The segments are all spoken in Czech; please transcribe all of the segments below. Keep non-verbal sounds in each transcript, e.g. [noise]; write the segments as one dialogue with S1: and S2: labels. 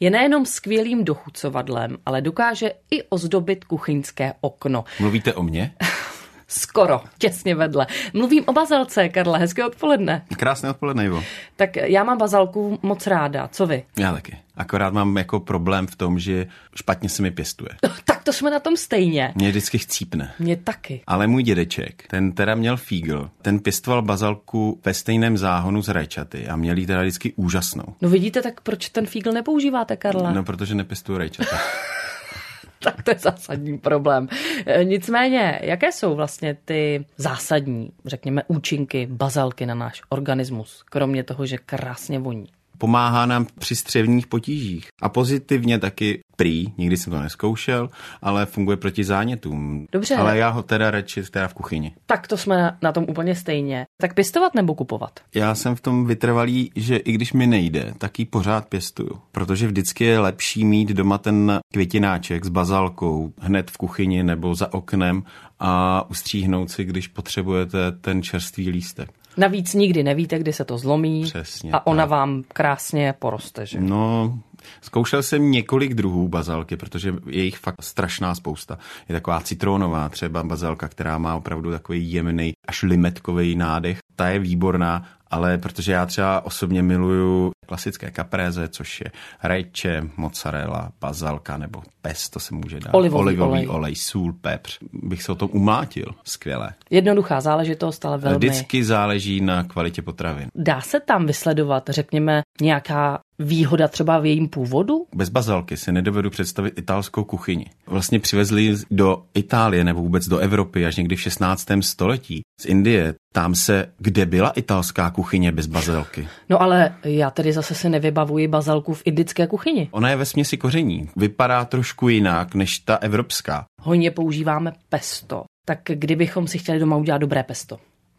S1: Je nejenom skvělým dochucovadlem, ale dokáže i ozdobit kuchyňské okno.
S2: Mluvíte o mně?
S1: Skoro, těsně vedle. Mluvím o bazalce, Karle, hezké odpoledne.
S2: Krásné odpoledne, Ivo.
S1: Tak já mám bazalku moc ráda, co vy? [laughs]
S2: Já taky. Akorát mám jako problém v tom, že špatně se mi pěstuje.
S1: tak to jsme na tom stejně.
S2: Mě vždycky chcípne.
S1: Mě taky.
S2: Ale můj dědeček, ten teda měl fígl, ten pěstoval bazalku ve stejném záhonu z rajčaty a měl jí teda vždycky úžasnou.
S1: No vidíte, tak proč ten fígl nepoužíváte, Karle?
S2: No, protože nepěstuju rajčata.
S1: tak to je zásadní problém. E, Nicméně, jaké jsou vlastně ty zásadní, řekněme, účinky bazalky na náš organismus, kromě toho, že krásně voní?
S2: Pomáhá nám při střevních potížích a pozitivně taky prý, nikdy jsem to neskoušel, ale funguje proti zánětům.
S1: Dobře.
S2: Ale já ho teda radši teda v kuchyni.
S1: Tak to jsme na- na tom úplně stejně. Tak pěstovat nebo kupovat?
S2: Já jsem v tom vytrvalý, že i když mi nejde, tak ji pořád pěstuju. Protože vždycky je lepší mít doma ten květináček s bazalkou hned v kuchyni nebo za oknem a ustříhnout si, když potřebujete ten čerstvý lístek.
S1: Navíc nikdy nevíte, kdy se to zlomí
S2: Přesně
S1: a ona
S2: tak.
S1: vám krásně poroste, že?
S2: No, zkoušel jsem několik druhů bazalky, protože je jich fakt strašná spousta. Je taková citronová třeba bazalka, která má opravdu takový jemný až limetkový nádech. Ta je výborná, ale protože já třeba osobně miluju klasické kapréze, což je rajče, mozzarella, bazalka nebo pesto se může dát.
S1: Olivový
S2: olej.
S1: olej.
S2: olej, sůl, pepř. Bych se o tom umlátil. Skvělé.
S1: Jednoduchá záležitost, ale velmi...
S2: Vždycky záleží na kvalitě potravin.
S1: Dá se tam vysledovat, řekněme, nějaká výhoda třeba v jejím původu?
S2: Bez bazalky si nedovedu představit italskou kuchyni. Vlastně přivezli ji do Itálie nebo vůbec do Evropy až někdy v 16. století z Indie. Tam se, kde byla italská kuchyně bez bazalky.
S1: No ale já tedy zase si nevybavuji bazalku v indické kuchyni.
S2: Ona je ve směsi koření. Vypadá trošku jinak než ta evropská.
S1: Hojně používáme pesto. Tak kdybychom si chtěli doma udělat dobré pesto.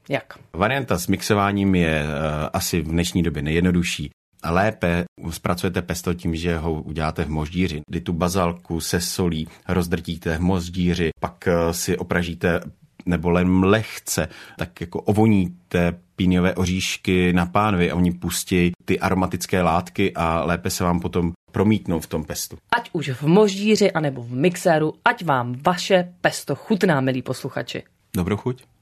S1: Jak?
S2: Varianta s mixováním je eh, asi v dnešní době nejjednodušší. A lépe zpracujete pesto tím, že ho uděláte v moždíři, kdy tu bazalku se solí rozdrtíte v moždíři, pak eh, si opražíte nebo len lehce, tak jako ovoníte píňové oříšky na pánvi a oni pustí ty aromatické látky a lépe se vám potom promítnou v tom pestu.
S1: Ať už v moždíři anebo v mixéru, ať vám vaše pesto chutná, milí posluchači.
S2: Dobrou chuť.